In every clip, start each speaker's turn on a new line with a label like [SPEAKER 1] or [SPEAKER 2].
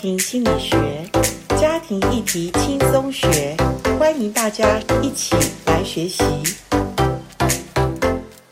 [SPEAKER 1] 庭心理学，家庭议题轻松学，欢迎大家一起来学习。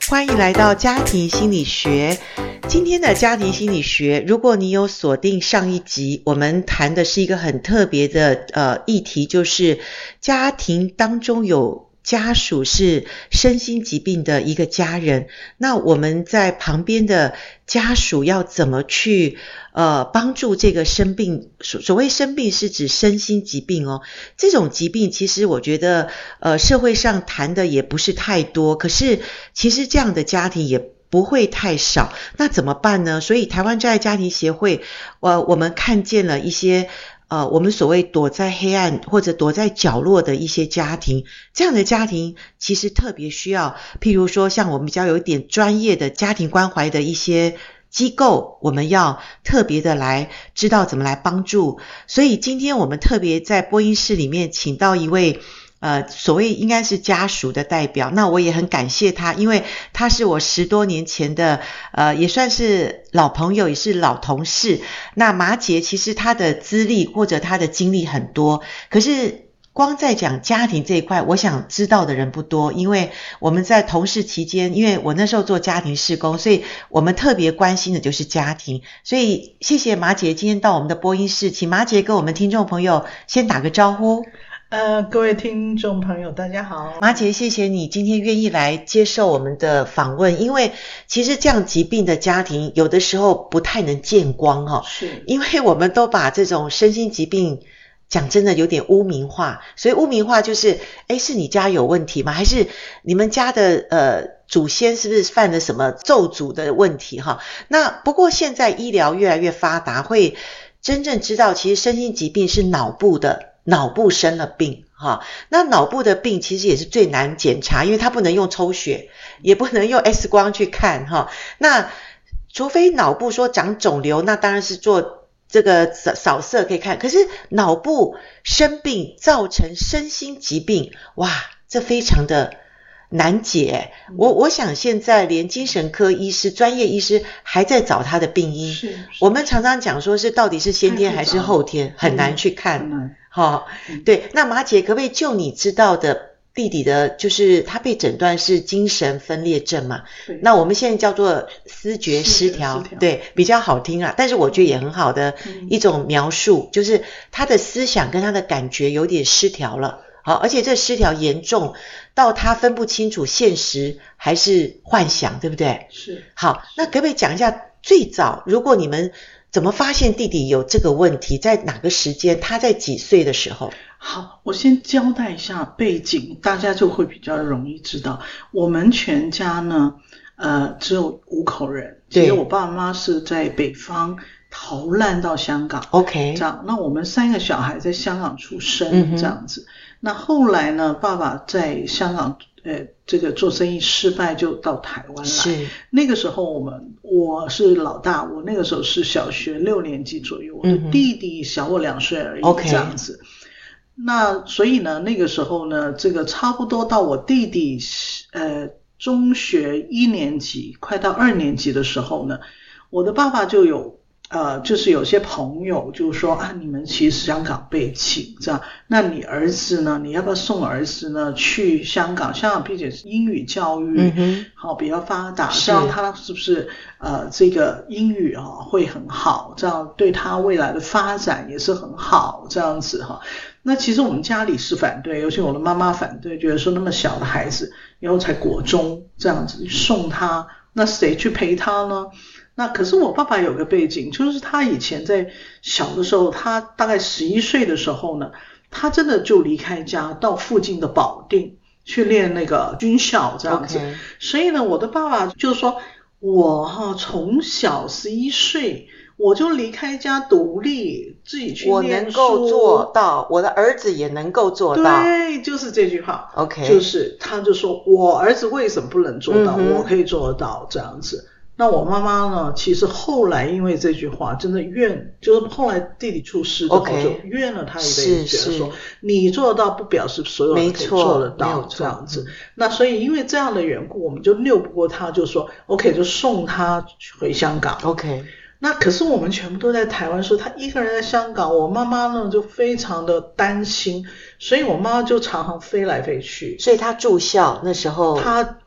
[SPEAKER 1] 欢迎来到家庭心理学。今天的家庭心理学，如果你有锁定上一集，我们谈的是一个很特别的呃议题，就是家庭当中有家属是身心疾病的一个家人，那我们在旁边的家属要怎么去呃帮助这个生病？所所谓生病是指身心疾病哦，这种疾病其实我觉得呃社会上谈的也不是太多，可是其实这样的家庭也。不会太少，那怎么办呢？所以台湾真爱家庭协会，呃，我们看见了一些呃，我们所谓躲在黑暗或者躲在角落的一些家庭，这样的家庭其实特别需要，譬如说像我们比较有一点专业的家庭关怀的一些。机构，我们要特别的来知道怎么来帮助，所以今天我们特别在播音室里面请到一位。呃，所谓应该是家属的代表，那我也很感谢他，因为他是我十多年前的，呃，也算是老朋友，也是老同事。那马姐其实她的资历或者她的经历很多，可是光在讲家庭这一块，我想知道的人不多，因为我们在同事期间，因为我那时候做家庭事工，所以我们特别关心的就是家庭。所以谢谢马姐今天到我们的播音室，请马姐跟我们听众朋友先打个招呼。
[SPEAKER 2] 呃，各位听众朋友，大家好。
[SPEAKER 1] 马姐，谢谢你今天愿意来接受我们的访问，因为其实这样疾病的家庭有的时候不太能见光哈、哦，
[SPEAKER 2] 是，
[SPEAKER 1] 因为我们都把这种身心疾病讲真的有点污名化，所以污名化就是，哎，是你家有问题吗？还是你们家的呃祖先是不是犯了什么咒诅的问题哈、哦？那不过现在医疗越来越发达，会真正知道其实身心疾病是脑部的。脑部生了病，哈，那脑部的病其实也是最难检查，因为它不能用抽血，也不能用 X 光去看，哈。那除非脑部说长肿瘤，那当然是做这个扫扫射可以看。可是脑部生病造成身心疾病，哇，这非常的难解。我
[SPEAKER 2] 嗯
[SPEAKER 1] 我想现在连精神科医师、专业医师还在找他的病因。
[SPEAKER 2] 是，是
[SPEAKER 1] 我们常常讲说是到底是先天还是后天，很难去看。
[SPEAKER 2] 嗯
[SPEAKER 1] 好、哦，对，那马姐可不可以就你知道的弟弟的，就是他被诊断是精神分裂症嘛？
[SPEAKER 2] 对
[SPEAKER 1] 那我们现在叫做思觉失
[SPEAKER 2] 失
[SPEAKER 1] 调，
[SPEAKER 2] 调嗯
[SPEAKER 1] 对，比较好听啊。但是我觉得也很好的一种描述，就是他的思想跟他的感觉有点失调了。好，而且这失调严重到他分不清楚现实还是幻想，对不对？
[SPEAKER 2] 是
[SPEAKER 1] 好，那可不可以讲一下最早，如果你们怎么发现弟弟有这个问题，在哪个时间，他在几岁的时候？
[SPEAKER 2] 好，我先交代一下背景，大家就会比较容易知道。我们全家呢，呃，只有五口人。其
[SPEAKER 1] 对
[SPEAKER 2] 实我爸妈是在北方逃难到香港，
[SPEAKER 1] OK，
[SPEAKER 2] 这样。那我们三个小孩在香港出
[SPEAKER 1] 嗯
[SPEAKER 2] 生，
[SPEAKER 1] 哼
[SPEAKER 2] 这样子。那后来呢，爸爸在香港，呃，这个做生意失败，就到台湾来。
[SPEAKER 1] 是
[SPEAKER 2] 那个时候我们我是老大，我那个时候是小学六年级左右，我的
[SPEAKER 1] 嗯哼
[SPEAKER 2] 弟弟小我两岁而已
[SPEAKER 1] OK
[SPEAKER 2] 这样子。那所以呢，那个时候呢，这个差不多到我弟弟呃中学一年级，快到二年级的时候呢，我的爸爸就有呃，就是有些朋友就说啊，你们其实香港被请这样，那你儿子呢，你要不要送儿子呢去香港？香港并且是英语教育，
[SPEAKER 1] 嗯哼，
[SPEAKER 2] 好比较发达，
[SPEAKER 1] 是
[SPEAKER 2] 这样他是不是呃这个英语啊、会很好，这样对他未来的发展也是很好，这样子哈、那其实我们家里是反对，尤其我的妈妈反对，觉得说那么小的孩子，以后才国中这样子送他，那谁去陪他呢？那可是我爸爸有个背景，就是他以前在小的时候，他大概十一岁的时候呢，他真的就离开家到附近的保定去练那个军校这样子。
[SPEAKER 1] OK
[SPEAKER 2] 所以呢，我的爸爸就说，我哈、从小十一岁我就离开家独立，自己去
[SPEAKER 1] 我
[SPEAKER 2] 念
[SPEAKER 1] 能够
[SPEAKER 2] 书
[SPEAKER 1] 做到，我的儿子也能够做到。
[SPEAKER 2] 对，就是这句话。
[SPEAKER 1] OK，
[SPEAKER 2] 就是他就说我儿子为什么不能做到，
[SPEAKER 1] 嗯哼
[SPEAKER 2] 我可以做得到这样子。那我妈妈呢？其实后来因为这句话，真的怨，就是后来弟弟出事之后
[SPEAKER 1] OK
[SPEAKER 2] 就怨了他一
[SPEAKER 1] 是
[SPEAKER 2] 辈子，觉得
[SPEAKER 1] 是
[SPEAKER 2] 说你做得到不表示所有人
[SPEAKER 1] 没
[SPEAKER 2] 可以
[SPEAKER 1] 错
[SPEAKER 2] 做得
[SPEAKER 1] 没有
[SPEAKER 2] 到
[SPEAKER 1] 错嗯
[SPEAKER 2] 这样子。那所以因为这样的缘故，我们就拗不过他，就说 OK 就送他回香港。
[SPEAKER 1] OK，
[SPEAKER 2] 那可是我们全部都在台湾说，他一个人在香港，我妈妈呢就非常的担心，所以我妈妈就常常飞来飞去。
[SPEAKER 1] 所以他住校那时候，
[SPEAKER 2] 她，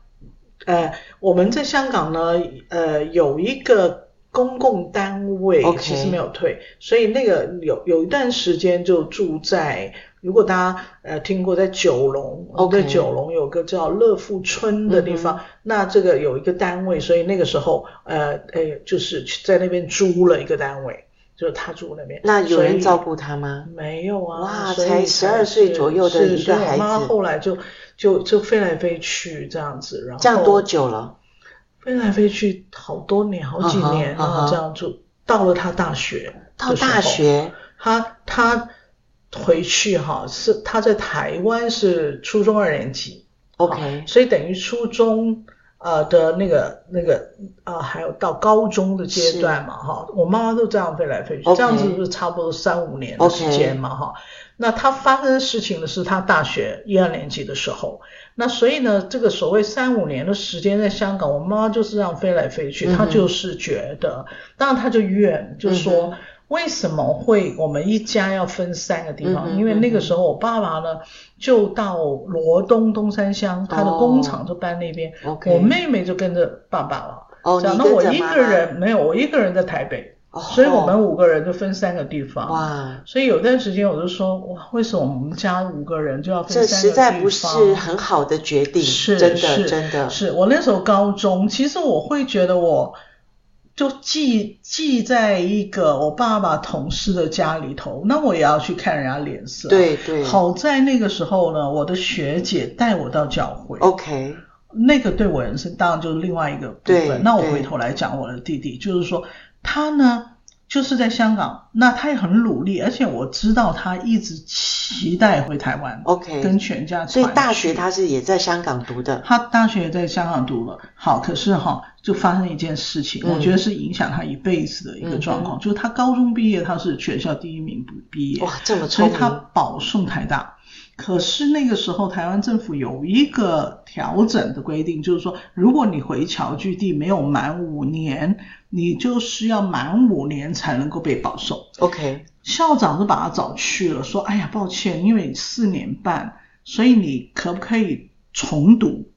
[SPEAKER 2] 呃，我们在香港呢，呃，有一个公共单位
[SPEAKER 1] OK
[SPEAKER 2] 其实没有退，所以那个有有一段时间就住在，如果大家呃听过，在九龙
[SPEAKER 1] OK 嗯
[SPEAKER 2] 在九龙有个叫乐富村的地方，那这个有一个单位，所以那个时候呃呃就是去在那边租了一个单位，就是他住那边，
[SPEAKER 1] 那有人
[SPEAKER 2] 所以
[SPEAKER 1] 照顾他吗？
[SPEAKER 2] 没有啊，
[SPEAKER 1] 哇
[SPEAKER 2] 所以
[SPEAKER 1] 才12岁
[SPEAKER 2] 是
[SPEAKER 1] 左右的
[SPEAKER 2] 是
[SPEAKER 1] 一个
[SPEAKER 2] 所以我
[SPEAKER 1] 孩
[SPEAKER 2] 妈
[SPEAKER 1] 子
[SPEAKER 2] 后来就就就飞来飞去这样子，然后
[SPEAKER 1] 这样多久了？
[SPEAKER 2] 飞来飞去好多年，好几
[SPEAKER 1] 嗯哼
[SPEAKER 2] 年，
[SPEAKER 1] 嗯
[SPEAKER 2] 然
[SPEAKER 1] 哼
[SPEAKER 2] 后这样就到了他大学
[SPEAKER 1] 到
[SPEAKER 2] 的时候，
[SPEAKER 1] 大学
[SPEAKER 2] 他他回去哈、是他在台湾是初中二年级，
[SPEAKER 1] ，OK，
[SPEAKER 2] 所以等于初中呃的那个那个呃，还有到高中的阶段嘛，哈，我妈妈都这样飞来飞去
[SPEAKER 1] OK
[SPEAKER 2] 这样子就是差不多三五年的
[SPEAKER 1] OK
[SPEAKER 2] 时间嘛，哈。那她发生的事情呢，是她大学一二年级的时候，那所以呢，这个所谓三五年的时间在香港，我妈妈就是这样飞来飞去，
[SPEAKER 1] 嗯哼
[SPEAKER 2] 她就是觉得，当然她就怨，就
[SPEAKER 1] 嗯
[SPEAKER 2] 说。为什么会我们一家要分三个地
[SPEAKER 1] 嗯
[SPEAKER 2] 方？
[SPEAKER 1] 哼
[SPEAKER 2] 因为那个
[SPEAKER 1] 嗯哼
[SPEAKER 2] 时候我爸爸呢，就到罗东东山乡，他的工厂
[SPEAKER 1] 哦
[SPEAKER 2] 就搬那边。
[SPEAKER 1] OK
[SPEAKER 2] 我妹妹就跟着爸爸了。
[SPEAKER 1] 哦，
[SPEAKER 2] 这样
[SPEAKER 1] 你
[SPEAKER 2] 那
[SPEAKER 1] 跟
[SPEAKER 2] 我
[SPEAKER 1] 着
[SPEAKER 2] 一
[SPEAKER 1] 妈
[SPEAKER 2] 个
[SPEAKER 1] 妈，
[SPEAKER 2] 人没有，我一个人在台北，
[SPEAKER 1] 哦
[SPEAKER 2] 所以我们五个人就分三个地方。！
[SPEAKER 1] 哇，
[SPEAKER 2] 所以有段时间我就说，哇，为什么我们家五个人就要分
[SPEAKER 1] 这
[SPEAKER 2] 三个
[SPEAKER 1] 实
[SPEAKER 2] 地方？
[SPEAKER 1] 在不是很好的决定，
[SPEAKER 2] 是
[SPEAKER 1] 真的
[SPEAKER 2] 是
[SPEAKER 1] 真的，
[SPEAKER 2] 是我那时候高中，其实我会觉得我就记记在一个我爸爸同事的家里头，那我也要去看人家脸色。。
[SPEAKER 1] 对对
[SPEAKER 2] 好在那个时候呢，我的学姐带我到教会
[SPEAKER 1] ，OK，
[SPEAKER 2] 那个对我人生当然就是另外一个部
[SPEAKER 1] 对
[SPEAKER 2] 分。那我
[SPEAKER 1] 对
[SPEAKER 2] 回头来讲我的弟弟，就是说他呢就是在香港，那他也很努力，而且我知道他一直期待回台湾
[SPEAKER 1] OK
[SPEAKER 2] 跟全家
[SPEAKER 1] 哦所
[SPEAKER 2] 团聚。
[SPEAKER 1] 以大学他是也在香港读的，
[SPEAKER 2] 他大学在香港读了，好，可是哈、就发生一件事情，
[SPEAKER 1] 嗯
[SPEAKER 2] 我觉得是影响他一辈子的一个状况，就是他高中毕业，他是全校第一名不毕业，
[SPEAKER 1] 哇，这么
[SPEAKER 2] 所
[SPEAKER 1] 聪
[SPEAKER 2] 以他
[SPEAKER 1] 明，
[SPEAKER 2] 保送台大。可是那个时候，台湾政府有一个调整的规定，就是说，如果你回侨居地没有满五年，你就是要满五年才能够被保送。
[SPEAKER 1] OK，
[SPEAKER 2] 校长就把他找去了，说：“哎呀，抱歉，因为你四年半，所以你可不可以重读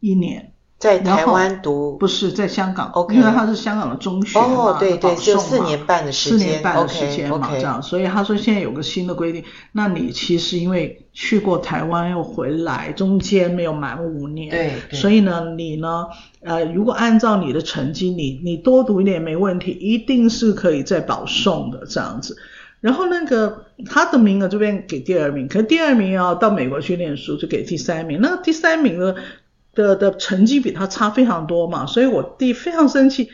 [SPEAKER 2] 一年？
[SPEAKER 1] 在
[SPEAKER 2] 然
[SPEAKER 1] 台
[SPEAKER 2] 后
[SPEAKER 1] 湾读
[SPEAKER 2] 不是在香港
[SPEAKER 1] OK
[SPEAKER 2] 因为他是香港的中学嘛
[SPEAKER 1] 哦，对对，
[SPEAKER 2] 保
[SPEAKER 1] 只有
[SPEAKER 2] 送
[SPEAKER 1] 四
[SPEAKER 2] 嘛
[SPEAKER 1] 年半的时
[SPEAKER 2] 四
[SPEAKER 1] 间，
[SPEAKER 2] 年半的时
[SPEAKER 1] OK，
[SPEAKER 2] 间嘛
[SPEAKER 1] OK
[SPEAKER 2] 这样，所以他说现在有个新的规定，那你其实因为去过台湾又回来，中间没有满五年，
[SPEAKER 1] 对对
[SPEAKER 2] 所以呢，你呢，呃，如果按照你的成绩，你你多读一点没问题，一定是可以再保送的这样子。然后那个他的名额就变给第二名，可是第二名要到美国去念书，就给第三名。那第三名呢的的成绩比他差非常多嘛，所以我弟非常生气，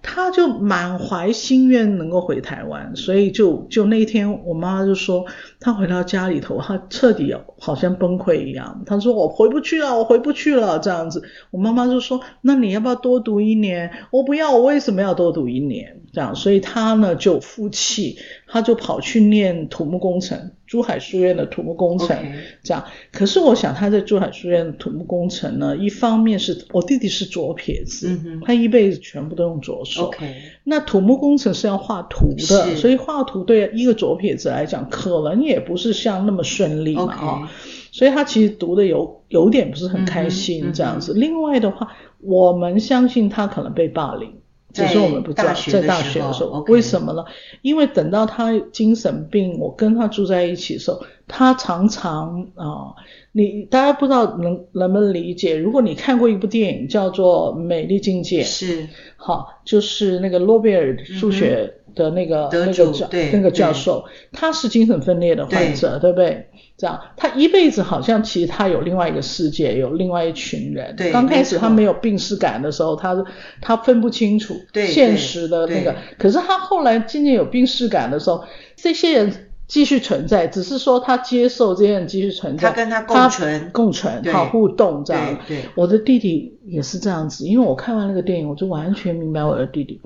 [SPEAKER 2] 他就满怀心愿能够回台湾，所以就就那一天，我妈就说他回到家里头，他彻底好像崩溃一样，他说我回不去了，我回不去了这样子。我妈妈就说那你要不要多读一年？我不要，我为什么要多读一年？这样，所以他呢就负气，他就跑去念土木工程，珠海书院的土木工程。
[SPEAKER 1] OK，
[SPEAKER 2] 这样。可是我想他在珠海书院的土木工程呢，一方面是我弟弟是左撇子，
[SPEAKER 1] 嗯哼
[SPEAKER 2] 他一辈子全部都用左手。
[SPEAKER 1] ，OK，
[SPEAKER 2] 那土木工程是要画图
[SPEAKER 1] 是
[SPEAKER 2] 的，所以画图对一个左撇子来讲，可能也不是像那么顺利嘛
[SPEAKER 1] OK
[SPEAKER 2] 啊、所以他其实读的有有点不是很
[SPEAKER 1] 嗯
[SPEAKER 2] 开
[SPEAKER 1] 哼嗯
[SPEAKER 2] 心
[SPEAKER 1] 哼
[SPEAKER 2] 这样子。另外的话，我们相信他可能被霸凌。只是我们不知
[SPEAKER 1] 在
[SPEAKER 2] 道，
[SPEAKER 1] 大学
[SPEAKER 2] 在
[SPEAKER 1] 的
[SPEAKER 2] 大
[SPEAKER 1] 时
[SPEAKER 2] 学的时
[SPEAKER 1] 候
[SPEAKER 2] 候，
[SPEAKER 1] ，OK
[SPEAKER 2] 为什么呢？因为等到他精神病，我跟他住在一起的时候，他常常啊、你大家不知道能能不能理解？如果你看过一部电影叫做《美丽境界》，
[SPEAKER 1] 是
[SPEAKER 2] 好，就是那个诺贝尔数学的那个、
[SPEAKER 1] 嗯得
[SPEAKER 2] 那
[SPEAKER 1] 主
[SPEAKER 2] 个教
[SPEAKER 1] 对
[SPEAKER 2] 那个
[SPEAKER 1] 对
[SPEAKER 2] 教授，他是精神分裂的患者，对不对？这样，他一辈子好像其实他有另外一个世界，有另外一群人。
[SPEAKER 1] 对
[SPEAKER 2] 刚开
[SPEAKER 1] 没
[SPEAKER 2] 始
[SPEAKER 1] 错
[SPEAKER 2] 他没有病视感的时候，他他分不清楚
[SPEAKER 1] 对对
[SPEAKER 2] 现实的那
[SPEAKER 1] 对
[SPEAKER 2] 个，可是他后来渐渐有病视感的时候，这些人继续存在，只是说他接受这些人继续存在，
[SPEAKER 1] 他跟他共存
[SPEAKER 2] 共存，
[SPEAKER 1] 对
[SPEAKER 2] 好互动这样
[SPEAKER 1] 对。对
[SPEAKER 2] 我的弟弟也是这样子，因为我看完那个电影，我就完全明白我的弟弟。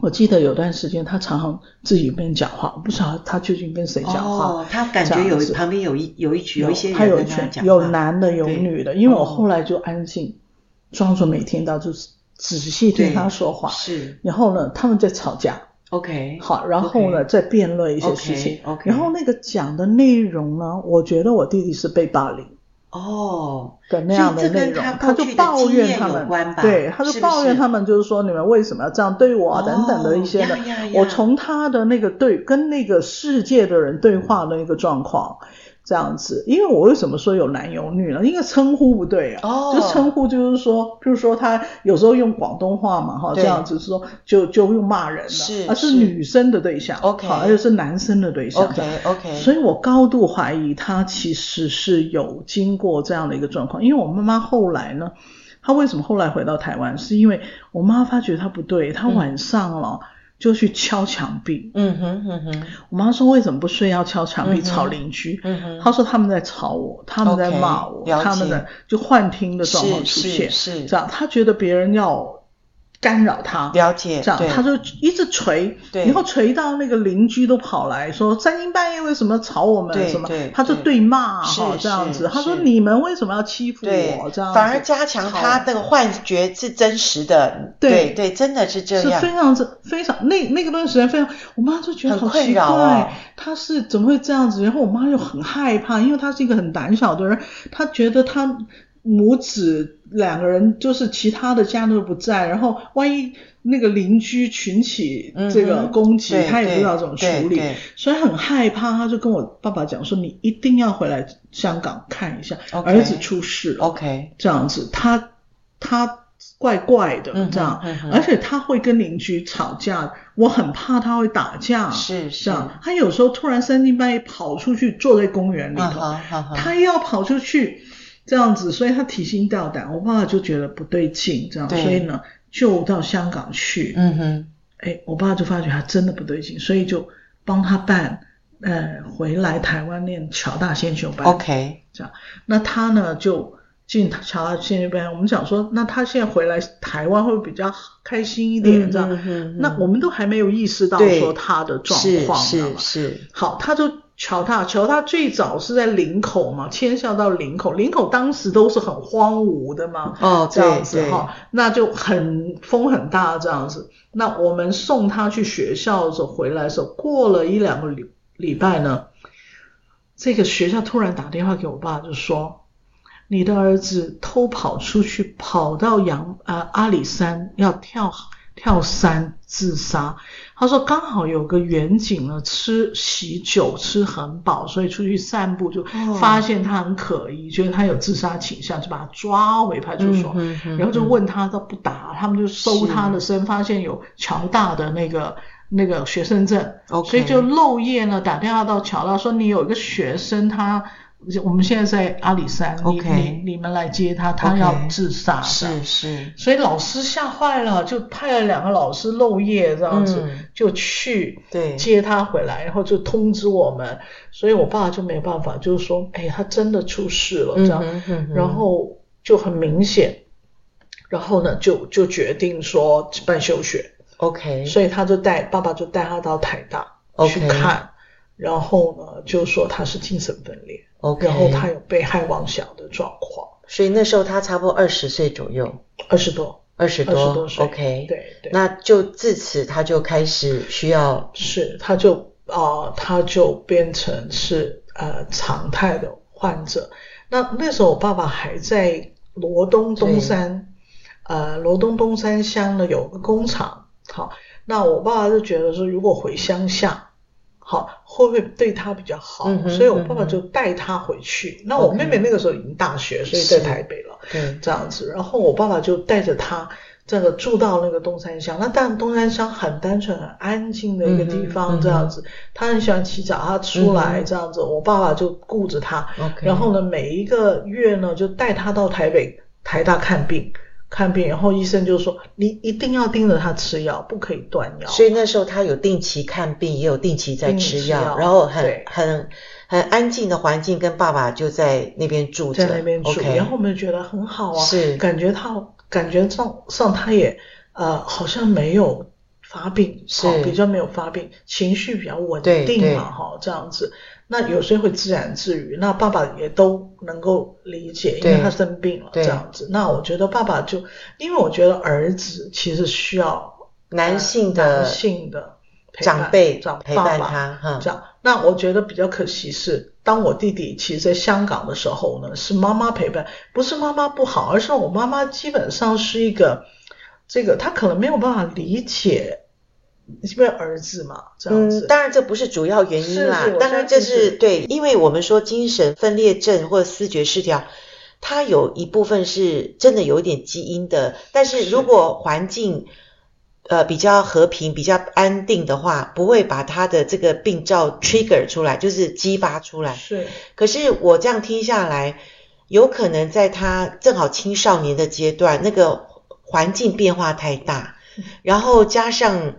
[SPEAKER 2] 我记得有段时间，他常常自己跟人讲话，我不晓得他究竟跟谁讲话。
[SPEAKER 1] 哦，他感觉
[SPEAKER 2] 这样
[SPEAKER 1] 有
[SPEAKER 2] 子
[SPEAKER 1] 旁边有一有一群有一些
[SPEAKER 2] 他
[SPEAKER 1] 人
[SPEAKER 2] 有
[SPEAKER 1] 跟他
[SPEAKER 2] 全
[SPEAKER 1] 讲话，
[SPEAKER 2] 有男的有
[SPEAKER 1] 对
[SPEAKER 2] 女的，因为我
[SPEAKER 1] 哦
[SPEAKER 2] 后来就安静，装作没听到，就是仔细听他说话，
[SPEAKER 1] 是
[SPEAKER 2] 然后呢，他们在吵架，
[SPEAKER 1] OK，
[SPEAKER 2] 好，然后呢
[SPEAKER 1] OK
[SPEAKER 2] 再辩论一些事情
[SPEAKER 1] OK，OK
[SPEAKER 2] 然后那个讲的内容呢，我觉得我弟弟是被霸凌。
[SPEAKER 1] 哦，
[SPEAKER 2] 的那样的
[SPEAKER 1] 所以这跟
[SPEAKER 2] 内容，
[SPEAKER 1] 他
[SPEAKER 2] 他
[SPEAKER 1] 过
[SPEAKER 2] 就
[SPEAKER 1] 去的
[SPEAKER 2] 抱
[SPEAKER 1] 经
[SPEAKER 2] 怨
[SPEAKER 1] 验
[SPEAKER 2] 他
[SPEAKER 1] 有
[SPEAKER 2] 们
[SPEAKER 1] 关吧，
[SPEAKER 2] 对，他
[SPEAKER 1] 是
[SPEAKER 2] 就
[SPEAKER 1] 不
[SPEAKER 2] 抱怨
[SPEAKER 1] 是
[SPEAKER 2] 他们，就是说你们为什么要这样对我啊，
[SPEAKER 1] 哦
[SPEAKER 2] 等等的一些的
[SPEAKER 1] 呀哎呀呀。
[SPEAKER 2] 我从他的那个对跟那个世界的人对话的一个状况。这样子，因为我为什么说有男有女呢？因为称呼不对啊，
[SPEAKER 1] 哦
[SPEAKER 2] 就称呼就是说，譬如说他有时候用广东话嘛，哈，
[SPEAKER 1] 对
[SPEAKER 2] 这样子说就就用骂人了，
[SPEAKER 1] 是
[SPEAKER 2] 而是
[SPEAKER 1] 是
[SPEAKER 2] 女生的对象
[SPEAKER 1] OK
[SPEAKER 2] 好而且是男生的对象
[SPEAKER 1] OK，
[SPEAKER 2] 这样
[SPEAKER 1] OK
[SPEAKER 2] 所以我高度怀疑他其实是有经过这样的一个状况，因为我妈妈后来呢，她为什么后来回到台湾，是因为我妈发觉她不对，她晚上了、就去敲墙壁，
[SPEAKER 1] 嗯哼嗯哼
[SPEAKER 2] 我妈说为什么不睡要敲墙壁
[SPEAKER 1] 嗯哼
[SPEAKER 2] 吵邻居？
[SPEAKER 1] 嗯哼，
[SPEAKER 2] 她说他们在吵我，他们在
[SPEAKER 1] OK，
[SPEAKER 2] 骂我
[SPEAKER 1] 了解
[SPEAKER 2] 他们的就幻听的状况出
[SPEAKER 1] 是
[SPEAKER 2] 现，
[SPEAKER 1] 是
[SPEAKER 2] 这
[SPEAKER 1] 是
[SPEAKER 2] 样她觉得别人要干扰她，
[SPEAKER 1] 了解，
[SPEAKER 2] 这样
[SPEAKER 1] 对，
[SPEAKER 2] 他就一直捶，
[SPEAKER 1] 对
[SPEAKER 2] 然后捶到那个邻居都跑来说三更半夜为什么吵我们
[SPEAKER 1] 对
[SPEAKER 2] 什么
[SPEAKER 1] 对，
[SPEAKER 2] 他就
[SPEAKER 1] 对
[SPEAKER 2] 对骂
[SPEAKER 1] 是
[SPEAKER 2] 哈啊这样
[SPEAKER 1] 是
[SPEAKER 2] 子，他说
[SPEAKER 1] 是
[SPEAKER 2] 你们为什么要欺负
[SPEAKER 1] 对
[SPEAKER 2] 我这样，子，
[SPEAKER 1] 反而加强他那个幻觉是真实的，
[SPEAKER 2] 对
[SPEAKER 1] 对对，真的是这
[SPEAKER 2] 是
[SPEAKER 1] 样
[SPEAKER 2] 非，常是非常那那个段时间非常，我妈就觉得
[SPEAKER 1] 很
[SPEAKER 2] 好
[SPEAKER 1] 困
[SPEAKER 2] 奇怪，
[SPEAKER 1] 扰哦
[SPEAKER 2] 她是怎么会这样子？然后我妈又很害怕，因为她是一个很胆小的人，她觉得她母子两个人就是其他的家人都不在，然后万一那个邻居群起
[SPEAKER 1] 嗯哼
[SPEAKER 2] 这个攻击，
[SPEAKER 1] 对
[SPEAKER 2] 她也不知道怎么处
[SPEAKER 1] 对
[SPEAKER 2] 理
[SPEAKER 1] 对，
[SPEAKER 2] 所以她很害怕。她就跟我爸爸讲说：“你一定要回来香港看一下
[SPEAKER 1] OK
[SPEAKER 2] 儿子出事了。”
[SPEAKER 1] OK，
[SPEAKER 2] 这样子，他他怪怪的
[SPEAKER 1] 嗯哼
[SPEAKER 2] 这样，
[SPEAKER 1] 嗯哼
[SPEAKER 2] 而且他会跟邻居吵架，我很怕他会打架，
[SPEAKER 1] 是是
[SPEAKER 2] 啊这样。他有时候突然三更半夜跑出去，坐在公园里
[SPEAKER 1] 啊
[SPEAKER 2] 头，
[SPEAKER 1] 哈哈哈，
[SPEAKER 2] 他要跑出去这样子，所以他提心吊胆。我爸爸就觉得不对劲，这样，
[SPEAKER 1] 对
[SPEAKER 2] 所以呢就到香港去。
[SPEAKER 1] 嗯哼，
[SPEAKER 2] 哎，我爸就发觉他真的不对劲，所以就帮他办。呃，回来台湾念侨大先修班
[SPEAKER 1] OK，
[SPEAKER 2] 那他呢就进乔大先修班，我们讲说，那他现在回来台湾会不会比较开心一点，这样、
[SPEAKER 1] 嗯嗯嗯
[SPEAKER 2] 那我们都还没有意识到
[SPEAKER 1] 对
[SPEAKER 2] 说他的状
[SPEAKER 1] 是
[SPEAKER 2] 况，知道
[SPEAKER 1] 是
[SPEAKER 2] 吗
[SPEAKER 1] 是，
[SPEAKER 2] 好，他就乔大，乔大最早是在林口嘛，迁校到林口，林口当时都是很荒芜的嘛，
[SPEAKER 1] 哦，
[SPEAKER 2] 这样
[SPEAKER 1] 对
[SPEAKER 2] 子
[SPEAKER 1] 对，
[SPEAKER 2] 哈，那就很风很大这样子。那我们送他去学校的时候，回来的时候，过了一两个礼礼拜呢，这个学校突然打电话给我爸，就说你的儿子偷跑出去，跑到阳呃阿里山要跳跳山自杀。他说刚好有个远景呢，吃喜酒吃很饱，所以出去散步就
[SPEAKER 1] 哦
[SPEAKER 2] 发现他很可疑，觉得他有自杀倾向，就把他抓回派出所。
[SPEAKER 1] 嗯哼
[SPEAKER 2] 然后就
[SPEAKER 1] 嗯
[SPEAKER 2] 问他，他不答，他们就搜他的身，发现有乔大的那个那个学生证
[SPEAKER 1] 嗯 OK
[SPEAKER 2] 所以就漏夜呢打电话到乔大说，你有一个学生他，我们现在在阿里山你
[SPEAKER 1] OK
[SPEAKER 2] 你你们来接他，他要
[SPEAKER 1] OK
[SPEAKER 2] 自杀
[SPEAKER 1] 是是，
[SPEAKER 2] 所以老师吓坏了，就派了两个老师漏夜这样子、
[SPEAKER 1] 嗯
[SPEAKER 2] 就去
[SPEAKER 1] 对
[SPEAKER 2] 接他回来，然后就通知我们，所以我爸就没办法，就是说，哎，他真的出事了这
[SPEAKER 1] 嗯
[SPEAKER 2] 样，
[SPEAKER 1] 哼嗯哼，
[SPEAKER 2] 然后就很明显，然后呢就就决定说办休学，
[SPEAKER 1] OK，
[SPEAKER 2] 所以他就带爸爸就带他到台大
[SPEAKER 1] OK
[SPEAKER 2] 去看，然后呢就说他是精神分裂，
[SPEAKER 1] OK，
[SPEAKER 2] 然后他有被害妄想的状况，
[SPEAKER 1] 所以那时候他差不多二十岁左右，
[SPEAKER 2] 二十多，
[SPEAKER 1] 二十
[SPEAKER 2] 二十多岁
[SPEAKER 1] o k
[SPEAKER 2] 对对，
[SPEAKER 1] 那就自此他就开始需要
[SPEAKER 2] 是他就啊、呃他就变成是呃常态的患者。那那时候我爸爸还在罗东东山，呃，罗东东山乡呢有个工厂，好，那我爸爸就觉得说，如果回乡下，好，会不会对他比较好？
[SPEAKER 1] 嗯哼
[SPEAKER 2] 所以我爸爸就带他回去。那我
[SPEAKER 1] OK
[SPEAKER 2] 妹妹那个时候已经大学，所以在
[SPEAKER 1] 是
[SPEAKER 2] 台北了。
[SPEAKER 1] 对
[SPEAKER 2] 这样子。然后我爸爸就带着他这个住到那个东山乡，那但东山乡很单纯、很安静的一个地
[SPEAKER 1] 嗯哼嗯
[SPEAKER 2] 方，
[SPEAKER 1] 哼
[SPEAKER 2] 这样子。他很喜欢骑脚踏出来，
[SPEAKER 1] 嗯哼
[SPEAKER 2] 这样子。我爸爸就顾着他，
[SPEAKER 1] ，OK，
[SPEAKER 2] 然后呢，每一个月呢就带他到台北台大看病。看病，然后医生就说你一定要盯着他吃药，不可以断药。
[SPEAKER 1] 所以那时候他有定期看病，也有定期在
[SPEAKER 2] 定期
[SPEAKER 1] 吃
[SPEAKER 2] 嗯吃
[SPEAKER 1] 药，
[SPEAKER 2] 药
[SPEAKER 1] 然后很
[SPEAKER 2] 对
[SPEAKER 1] 很很安静的环境，跟爸爸就在那边住着，
[SPEAKER 2] 在那边住
[SPEAKER 1] o k
[SPEAKER 2] 然后呃我们就觉得很好啊，
[SPEAKER 1] 是
[SPEAKER 2] 感觉他感觉上上他也呃好像没有发病，
[SPEAKER 1] 是
[SPEAKER 2] 好比较没有发病，情绪比较稳
[SPEAKER 1] 对对
[SPEAKER 2] 定嘛，哈，这样子。那有些会自然自愈，那爸爸也都能够理解，因
[SPEAKER 1] 对
[SPEAKER 2] 为他生病了
[SPEAKER 1] 对
[SPEAKER 2] 这样子。那我觉得爸爸就，因为我觉得儿子其实需要
[SPEAKER 1] 男性的
[SPEAKER 2] 男性的陪伴
[SPEAKER 1] 长辈
[SPEAKER 2] 长
[SPEAKER 1] 陪伴
[SPEAKER 2] 爸爸
[SPEAKER 1] 他，哈
[SPEAKER 2] 这，样，那我觉得比较可惜是，当我弟弟其实在香港的时候呢，是妈妈陪伴，不是妈妈不好，而是我妈妈基本上是一个，这个她可能没有办法理解，因为儿子嘛，这样子。
[SPEAKER 1] 嗯，当然这不是主要原因啦
[SPEAKER 2] 是是，我
[SPEAKER 1] 当然
[SPEAKER 2] 相
[SPEAKER 1] 这
[SPEAKER 2] 信
[SPEAKER 1] 是
[SPEAKER 2] 是
[SPEAKER 1] 对，因为我们说精神分裂症或思觉失调，它有一部分是真的有一点基因的，但是
[SPEAKER 2] 是
[SPEAKER 1] 如果环境呃比较和平、比较安定的话，不会把他的这个病灶 trigger 出来，就是激发出来。
[SPEAKER 2] 是
[SPEAKER 1] 可是我这样听下来，有可能在他正好青少年的阶段，那个环境变化太大
[SPEAKER 2] 嗯，
[SPEAKER 1] 然后加上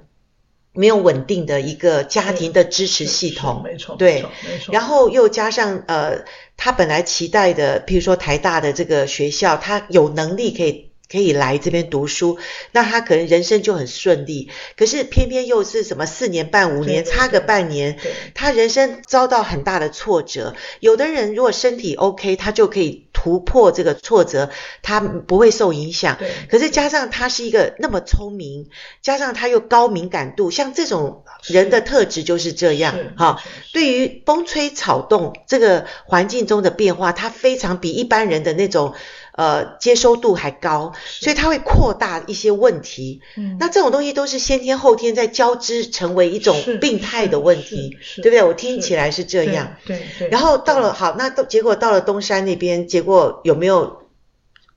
[SPEAKER 1] 没有稳定的一个家庭的支持系
[SPEAKER 2] 是
[SPEAKER 1] 统，
[SPEAKER 2] 没错，
[SPEAKER 1] 对
[SPEAKER 2] 没错，没错
[SPEAKER 1] 然后又加上呃，他本来期待的，譬如说台大的这个学校，他有能力可以。可以来这边读书，那他可能人生就很顺利。可是偏偏又是什么四年半、五
[SPEAKER 2] 对
[SPEAKER 1] 年
[SPEAKER 2] 对
[SPEAKER 1] 差个
[SPEAKER 2] 对
[SPEAKER 1] 半年，
[SPEAKER 2] 对
[SPEAKER 1] 他人生遭到很大的挫折。有的人如果身体 OK，他就可以突破这个挫折，他不会受影响。
[SPEAKER 2] 对，
[SPEAKER 1] 可是加上他是一个那么聪明，加上他又高敏感度，像这种人的特质就是这样
[SPEAKER 2] 是
[SPEAKER 1] 哈。，
[SPEAKER 2] 没错
[SPEAKER 1] 对于风吹草动这个环境中的变化，他非常比一般人的那种呃接收度还高，
[SPEAKER 2] 是
[SPEAKER 1] 所以他会扩大一些问题。
[SPEAKER 2] 嗯
[SPEAKER 1] 那这种东西都是先天后天在交织成为一种
[SPEAKER 2] 是
[SPEAKER 1] 病态的问题，
[SPEAKER 2] 是是
[SPEAKER 1] 对不对？我听
[SPEAKER 2] 是
[SPEAKER 1] 起来是这样。
[SPEAKER 2] 对对对
[SPEAKER 1] 然后到了好，那都结果到了东山那边，结果有没有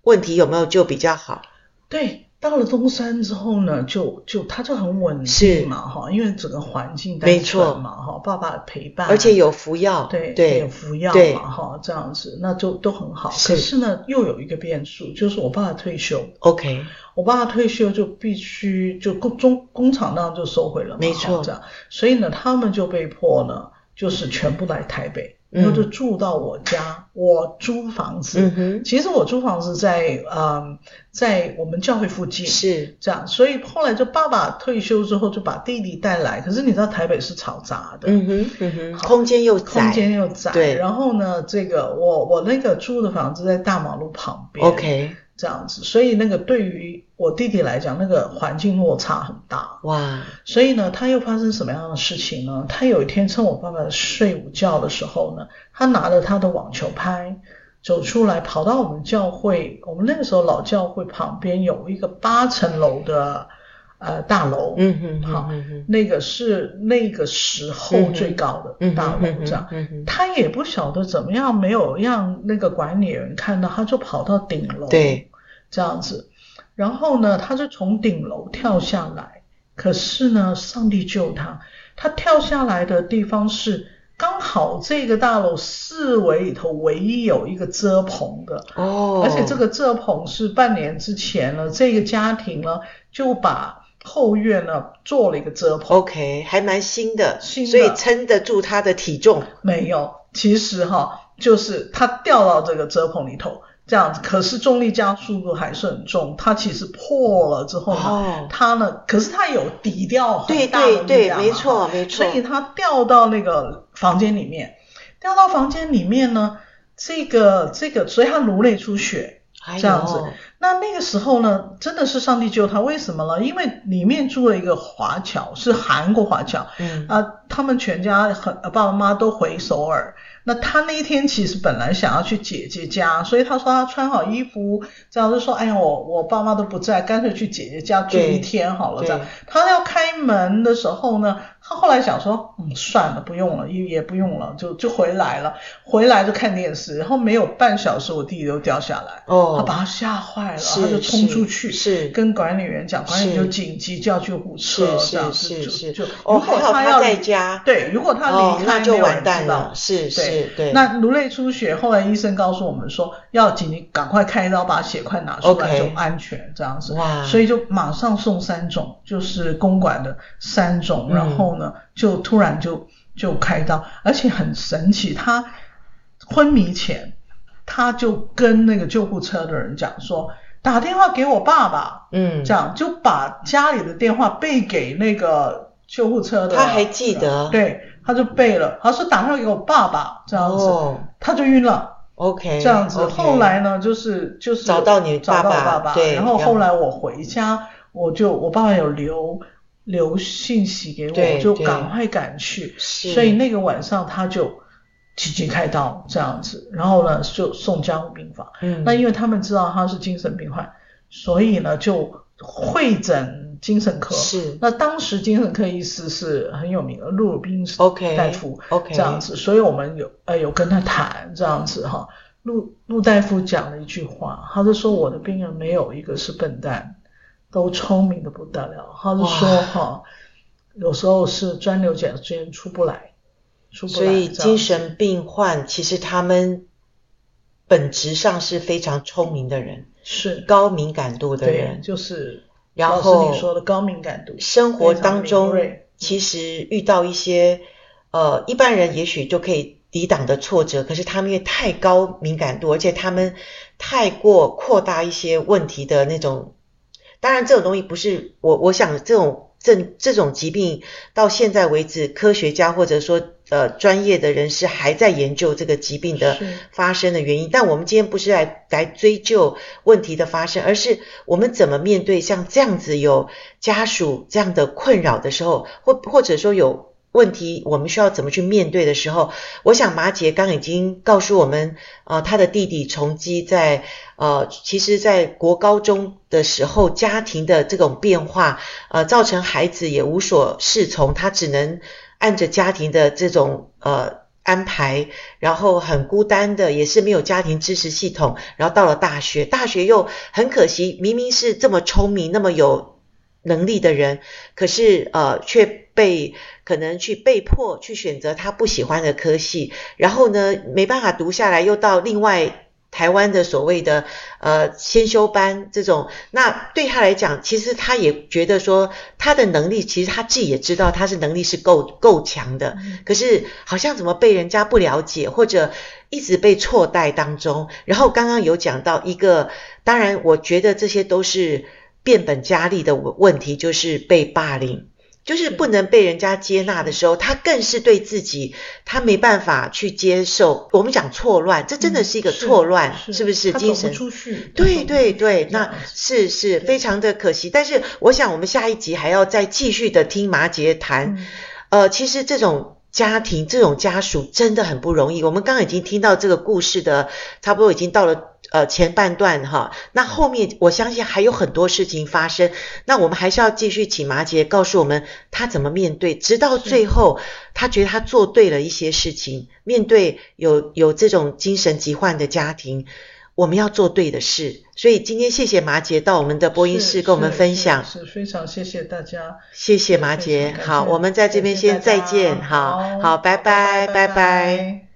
[SPEAKER 1] 问题？有没有就比较好？
[SPEAKER 2] 对，到了东山之后呢，就就他就很稳
[SPEAKER 1] 是
[SPEAKER 2] 定嘛，哈，因为整个环境
[SPEAKER 1] 没
[SPEAKER 2] 单
[SPEAKER 1] 错
[SPEAKER 2] 纯嘛，哈，爸爸陪伴，
[SPEAKER 1] 而且有服药，
[SPEAKER 2] 啊对有
[SPEAKER 1] 对
[SPEAKER 2] 服药
[SPEAKER 1] 对
[SPEAKER 2] 嘛，哈，这样子那就都很好。
[SPEAKER 1] 是
[SPEAKER 2] 可是呢，又有一个变数，就是我爸爸退休，
[SPEAKER 1] ，OK，
[SPEAKER 2] 我爸爸退休就必须就工中工厂当然就收回了嘛，
[SPEAKER 1] 没错
[SPEAKER 2] 哈这样，所以呢，他们就被迫呢，就是全部来台北，
[SPEAKER 1] 嗯
[SPEAKER 2] 然后就住到我家，我租房子。
[SPEAKER 1] 嗯哼，
[SPEAKER 2] 其实我租房子在嗯，在我们教会附近，
[SPEAKER 1] 是
[SPEAKER 2] 这样，所以后来就爸爸退休之后就把弟弟带来，可是你知道台北是嘈杂的，
[SPEAKER 1] 嗯哼，嗯哼，
[SPEAKER 2] 好
[SPEAKER 1] 空间又窄，
[SPEAKER 2] 空间又窄，
[SPEAKER 1] 对
[SPEAKER 2] 然后呢，这个我我那个租的房子在大马路旁边
[SPEAKER 1] OK，
[SPEAKER 2] 这样子，所以那个对于我弟弟来讲，那个环境落差很大，
[SPEAKER 1] 哇，
[SPEAKER 2] 所以呢，他又发生什么样的事情呢？他有一天趁我爸爸睡午觉的时候呢，他拿了他的网球拍走出来，跑到我们教会，我们那个时候老教会旁边有一个八层楼的呃大楼，
[SPEAKER 1] 嗯哼，
[SPEAKER 2] 好
[SPEAKER 1] 嗯哼，
[SPEAKER 2] 那个是那个时候最高的
[SPEAKER 1] 嗯哼，
[SPEAKER 2] 大楼
[SPEAKER 1] 嗯哼
[SPEAKER 2] 这样。
[SPEAKER 1] 嗯哼，
[SPEAKER 2] 他也不晓得怎么样，没有让那个管理员看到，他就跑到顶楼，
[SPEAKER 1] 对，
[SPEAKER 2] 这样子。然后呢，他就从顶楼跳下来，可是呢，上帝救他。他跳下来的地方是刚好这个大楼四围里头唯一有一个遮棚的，
[SPEAKER 1] 哦，
[SPEAKER 2] 而且这个遮棚是半年之前呢，这个家庭呢就把后院呢做了一个遮棚。
[SPEAKER 1] 哦 OK 还蛮新的，
[SPEAKER 2] 新的
[SPEAKER 1] 所以撑得住他的体重，
[SPEAKER 2] 没有，其实哈，就是他掉到这个遮棚里头，这样子。可是重力加速度还是很重，它其实破了之后
[SPEAKER 1] 哦
[SPEAKER 2] 呢，它呢，可是它有抵掉
[SPEAKER 1] 对
[SPEAKER 2] 很大的
[SPEAKER 1] 对
[SPEAKER 2] 力
[SPEAKER 1] 对，
[SPEAKER 2] 量嘛
[SPEAKER 1] 没，错没错
[SPEAKER 2] 所，以他掉到那个房间里面，掉到房间里面呢，这个这个，所以他颅内出血。
[SPEAKER 1] 哎呦
[SPEAKER 2] 这样子那那个时候呢，真的是上帝救他，为什么呢？因为里面住了一个华侨，是韩国华侨，
[SPEAKER 1] 嗯
[SPEAKER 2] 啊，他们全家很呃爸爸妈妈都回首尔。那他那一天其实本来想要去姐姐家，所以他说他穿好衣服，这样就说，哎呀，我我爸妈都不在，干脆去姐姐家住
[SPEAKER 1] 对
[SPEAKER 2] 一天好了。
[SPEAKER 1] 对
[SPEAKER 2] 这样，他要开门的时候呢，他后来想说，嗯，算了，不用了，也也不用了，就就回来了。回来就看电视，然后没有半小时，我弟弟就掉下来，他把
[SPEAKER 1] 哦，
[SPEAKER 2] 他吓坏了，
[SPEAKER 1] 是
[SPEAKER 2] 他就冲出去。
[SPEAKER 1] 是是
[SPEAKER 2] 跟管理员讲，管理员
[SPEAKER 1] 是
[SPEAKER 2] 就紧急叫救护
[SPEAKER 1] 是
[SPEAKER 2] 车，这
[SPEAKER 1] 是
[SPEAKER 2] 样子
[SPEAKER 1] 是
[SPEAKER 2] 就是就
[SPEAKER 1] 哦，
[SPEAKER 2] 如
[SPEAKER 1] 还
[SPEAKER 2] 果
[SPEAKER 1] 好
[SPEAKER 2] 要
[SPEAKER 1] 他在家，
[SPEAKER 2] 对，如果他
[SPEAKER 1] 哦
[SPEAKER 2] 离开，
[SPEAKER 1] 那就
[SPEAKER 2] 没有人
[SPEAKER 1] 完蛋
[SPEAKER 2] 知道
[SPEAKER 1] 了，是
[SPEAKER 2] 对
[SPEAKER 1] 是，对，
[SPEAKER 2] 那颅内出血，后来医生告诉我们说，要紧急赶快开刀把血块拿出
[SPEAKER 1] OK
[SPEAKER 2] 来就安全这样子。
[SPEAKER 1] 哇
[SPEAKER 2] 所以就马上送三种，就是公馆的三种，
[SPEAKER 1] 嗯
[SPEAKER 2] 然后呢，就突然就就开刀，而且很神奇，他昏迷前他就跟那个救护车的人讲说，打电话给我爸爸，
[SPEAKER 1] 嗯，
[SPEAKER 2] 这样就把家里的电话背给那个救护车的。
[SPEAKER 1] 他还记得
[SPEAKER 2] 对，他就背了。他说打电话给我爸爸，这样子，
[SPEAKER 1] 哦
[SPEAKER 2] 他就晕了。
[SPEAKER 1] ，OK，
[SPEAKER 2] 这样子
[SPEAKER 1] OK
[SPEAKER 2] 后来呢，就是就是
[SPEAKER 1] 找到你
[SPEAKER 2] 找
[SPEAKER 1] 爸
[SPEAKER 2] 到我
[SPEAKER 1] 爸
[SPEAKER 2] 爸爸，
[SPEAKER 1] 对
[SPEAKER 2] 然后
[SPEAKER 1] 然
[SPEAKER 2] 后来我回家，我就我爸爸有留留信息给我，
[SPEAKER 1] 对
[SPEAKER 2] 我就
[SPEAKER 1] 对
[SPEAKER 2] 赶快赶去，
[SPEAKER 1] 是
[SPEAKER 2] 所以那个晚上他就紧急开刀这样子，然后呢就送江湖病房。
[SPEAKER 1] 嗯，
[SPEAKER 2] 那因为他们知道他是精神病患，所以呢就会诊精神科。
[SPEAKER 1] 是
[SPEAKER 2] 那当时精神科医师是很有名的路鲁宾
[SPEAKER 1] OK，
[SPEAKER 2] 大夫
[SPEAKER 1] OK
[SPEAKER 2] 这样子，所以我们有呃有跟他谈这样子哈。陆陆大夫讲了一句话，他就说我的病人没有一个是笨蛋，都聪明的不得了。他就说
[SPEAKER 1] 哇
[SPEAKER 2] 哈，有时候是钻牛角尖出不来，出不来。
[SPEAKER 1] 所以
[SPEAKER 2] 这样
[SPEAKER 1] 精
[SPEAKER 2] 子
[SPEAKER 1] 神病患其实他们本质上是非常聪明的人，
[SPEAKER 2] 是
[SPEAKER 1] 高敏感度的
[SPEAKER 2] 对，
[SPEAKER 1] 人，
[SPEAKER 2] 就是
[SPEAKER 1] 然
[SPEAKER 2] 老师
[SPEAKER 1] 后
[SPEAKER 2] 你说的高敏感度，
[SPEAKER 1] 生活当
[SPEAKER 2] 非常敏
[SPEAKER 1] 中
[SPEAKER 2] 锐
[SPEAKER 1] 其实遇到一些呃一般人也许就可以抵挡的挫折，可是他们因为太高敏感度，而且他们太过扩大一些问题的那种。当然，这种东西不是我，我想这种这这种疾病到现在为止，科学家或者说呃专业的人士还在研究这个疾病的
[SPEAKER 2] 是
[SPEAKER 1] 发生的原因。但我们今天不是来来追究问题的发生，而是我们怎么面对像这样子有家属这样的困扰的时候，或或者说有问题，我们需要怎么去面对的时候，我想马姐刚已经告诉我们，呃，她的弟弟崇基在呃，其实，在国高中的时候，家庭的这种变化，呃，造成孩子也无所适从，他只能按着家庭的这种呃安排，然后很孤单的，也是没有家庭支持系统。然后到了大学，大学又很可惜，明明是这么聪明、那么有能力的人，可是呃却被可能去被迫去选择他不喜欢的科系，然后呢没办法读下来，又到另外。台湾的所谓的呃先修班这种，那对他来讲，其实他也觉得说他的能力，其实他自己也知道他是能力是够够强的，
[SPEAKER 2] 嗯
[SPEAKER 1] 可是好像怎么被人家不了解，或者一直被错待当中。然后刚刚有讲到一个，当然我觉得这些都是变本加厉的问题，就是被霸凌。就是不能被人家接纳的时候，他更是对自己，他没办法去接受。我们讲错乱，这真的是一个错乱，是不是？
[SPEAKER 2] 嗯他
[SPEAKER 1] 精
[SPEAKER 2] 走
[SPEAKER 1] 神
[SPEAKER 2] 不出去，
[SPEAKER 1] 对对对，
[SPEAKER 2] 这样
[SPEAKER 1] 那
[SPEAKER 2] 子
[SPEAKER 1] 是是
[SPEAKER 2] 对
[SPEAKER 1] 非常的可惜。但是我想我们下一集还要再继续的听马姐谈，
[SPEAKER 2] 嗯
[SPEAKER 1] 呃，其实这种。家庭这种家属真的很不容易。我们刚刚已经听到这个故事的，差不多已经到了呃前半段哈。那后面我相信还有很多事情发生。那我们还是要继续请马姐告诉我们她怎么面对，直到最后她觉得她做对了一些事情。面对有有这种精神疾患的家庭，我们要做对的事。所以今天谢谢马姐到我们的播音室
[SPEAKER 2] 是
[SPEAKER 1] 跟我们
[SPEAKER 2] 是
[SPEAKER 1] 分
[SPEAKER 2] 是
[SPEAKER 1] 享，
[SPEAKER 2] 是非常谢谢大家。
[SPEAKER 1] 谢谢马
[SPEAKER 2] 非
[SPEAKER 1] 姐
[SPEAKER 2] 常。感
[SPEAKER 1] 好，
[SPEAKER 2] 谢
[SPEAKER 1] 我们在这边
[SPEAKER 2] 感谢
[SPEAKER 1] 先再
[SPEAKER 2] 大家
[SPEAKER 1] 见。好
[SPEAKER 2] 好
[SPEAKER 1] 哦好，拜拜，拜拜。
[SPEAKER 2] 拜拜